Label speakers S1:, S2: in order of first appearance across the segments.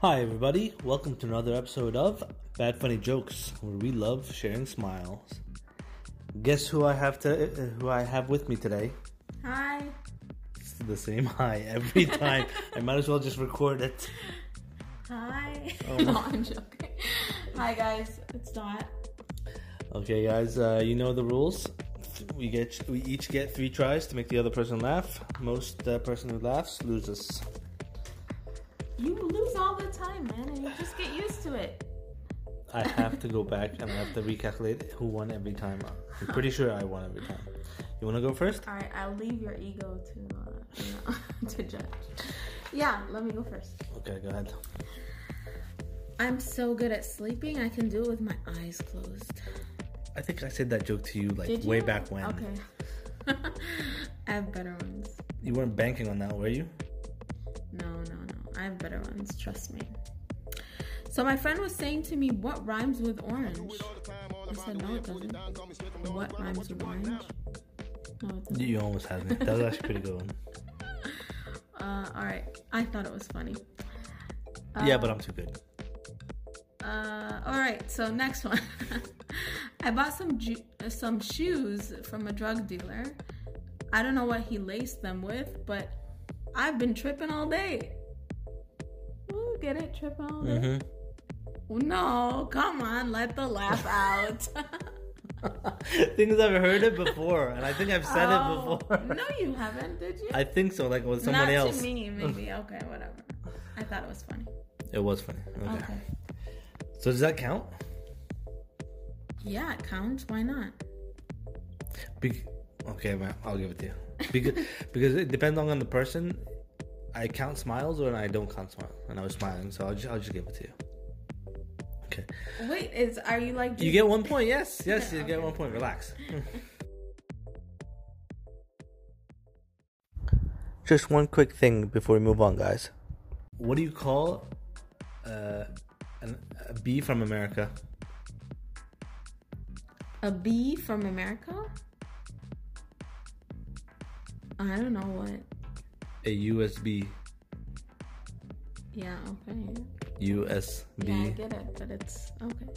S1: Hi, everybody. Welcome to another episode of Bad Funny Jokes, where we love sharing smiles. Guess who I have to uh, who I have with me today?
S2: Hi.
S1: It's the same hi every time. I might as well just record it.
S2: Hi.
S1: Oh.
S2: no, I'm joking. Hi guys, it's Dot.
S1: Okay, guys, uh, you know the rules. We get we each get three tries to make the other person laugh. Most uh, person who laughs loses.
S2: You lose all the time, man, and you just get used to it.
S1: I have to go back and I have to recalculate who won every time. I'm pretty sure I won every time. You want to go first?
S2: All right, I'll leave your ego to uh, you know, to judge. Yeah, let me go first.
S1: Okay, go ahead.
S2: I'm so good at sleeping. I can do it with my eyes closed.
S1: I think I said that joke to you like
S2: Did you?
S1: way back when.
S2: Okay. I have better ones.
S1: You weren't banking on that, were you?
S2: No, no, no. I have better ones. Trust me. So my friend was saying to me, "What rhymes with orange?" I said, "No, it doesn't." What rhymes with orange? No, it doesn't.
S1: You almost had me. That was actually pretty good one.
S2: Uh, all right. I thought it was funny.
S1: yeah, but I'm too good.
S2: Uh, all right. So next one. I bought some ju- uh, some shoes from a drug dealer. I don't know what he laced them with, but I've been tripping all day. Ooh, get it? Tripping all day.
S1: Mm-hmm.
S2: No, come on, let the laugh out.
S1: Things I've heard it before, and I think I've said
S2: Oh,
S1: it before.
S2: No, you haven't, did you?
S1: I think so, like with somebody
S2: Not
S1: else.
S2: to me, maybe. okay, whatever. I thought it was funny.
S1: It was funny. Okay.
S2: Okay.
S1: So does that count?
S2: Yeah, it counts. Why not?
S1: Be- okay, man, I'll give it to you. Because because it depends on the person. I count smiles or I don't count smiles, and I was smiling, so I'll just I'll just give it to you. Okay.
S2: Wait, is are you like?
S1: You get one point. Yes, yes, you
S2: Yeah,
S1: get
S2: okay.
S1: one point. Relax. Just one quick thing before we move on, guys. What do you call uh, an, a bee from America?
S2: a bee from America? I don't know what.
S1: A USB.
S2: Yeah. Okay.
S1: USB.
S2: Yeah, I get it, but it's okay.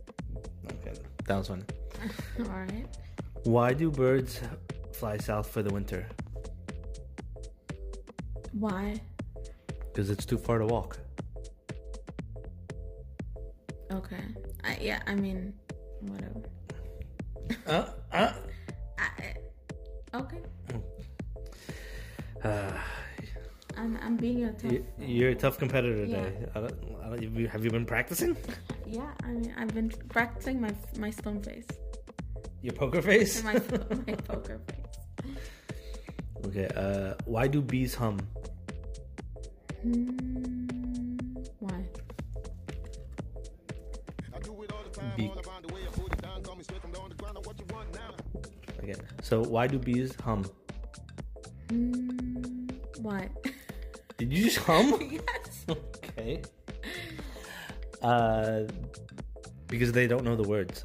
S1: Okay, that was funny.
S2: all right.
S1: Why do birds fly south for the winter?
S2: Why?
S1: Because it's too far to walk.
S2: Okay. I yeah. I mean, whatever.
S1: Uh, uh.
S2: I, I- okay.
S1: Ah,
S2: I'm I'm being a tough.
S1: y- you're a tough competitor
S2: Yeah.
S1: today. I don't, I don't, have you- have you been practicing?
S2: Yeah, I mean, I've been practicing my my stone face,
S1: Your poker face?
S2: and my my poker face.
S1: Okay, uh, why do bees hum?
S2: Hmm, why?
S1: Beak. Okay, so why do bees hum?
S2: Hmm, why?
S1: Did you just hum?
S2: yes.
S1: okay. Uh, because they don't know the words.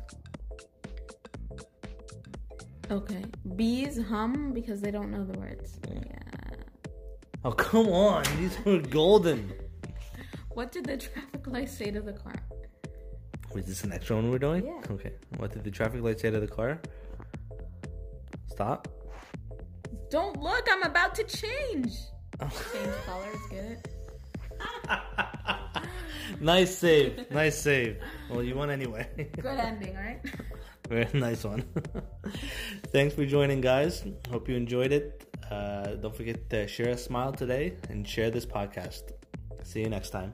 S2: Okay. Bees hum because they don't know the words. Yeah.
S1: Oh, come on, these were golden.
S2: What did the traffic light say to the car?
S1: Wait, is this the next one we're doing?
S2: Yeah.
S1: Okay, what did the traffic light say to the car? Stop.
S2: Don't look. I'm about to change. Change colors. Get it?
S1: nice save, nice save. Well, you won anyway.
S2: Good ending, right?
S1: Very nice one. Thanks for joining, guys. Hope you enjoyed it. Uh, don't forget to share a smile today and share this podcast. See you next time.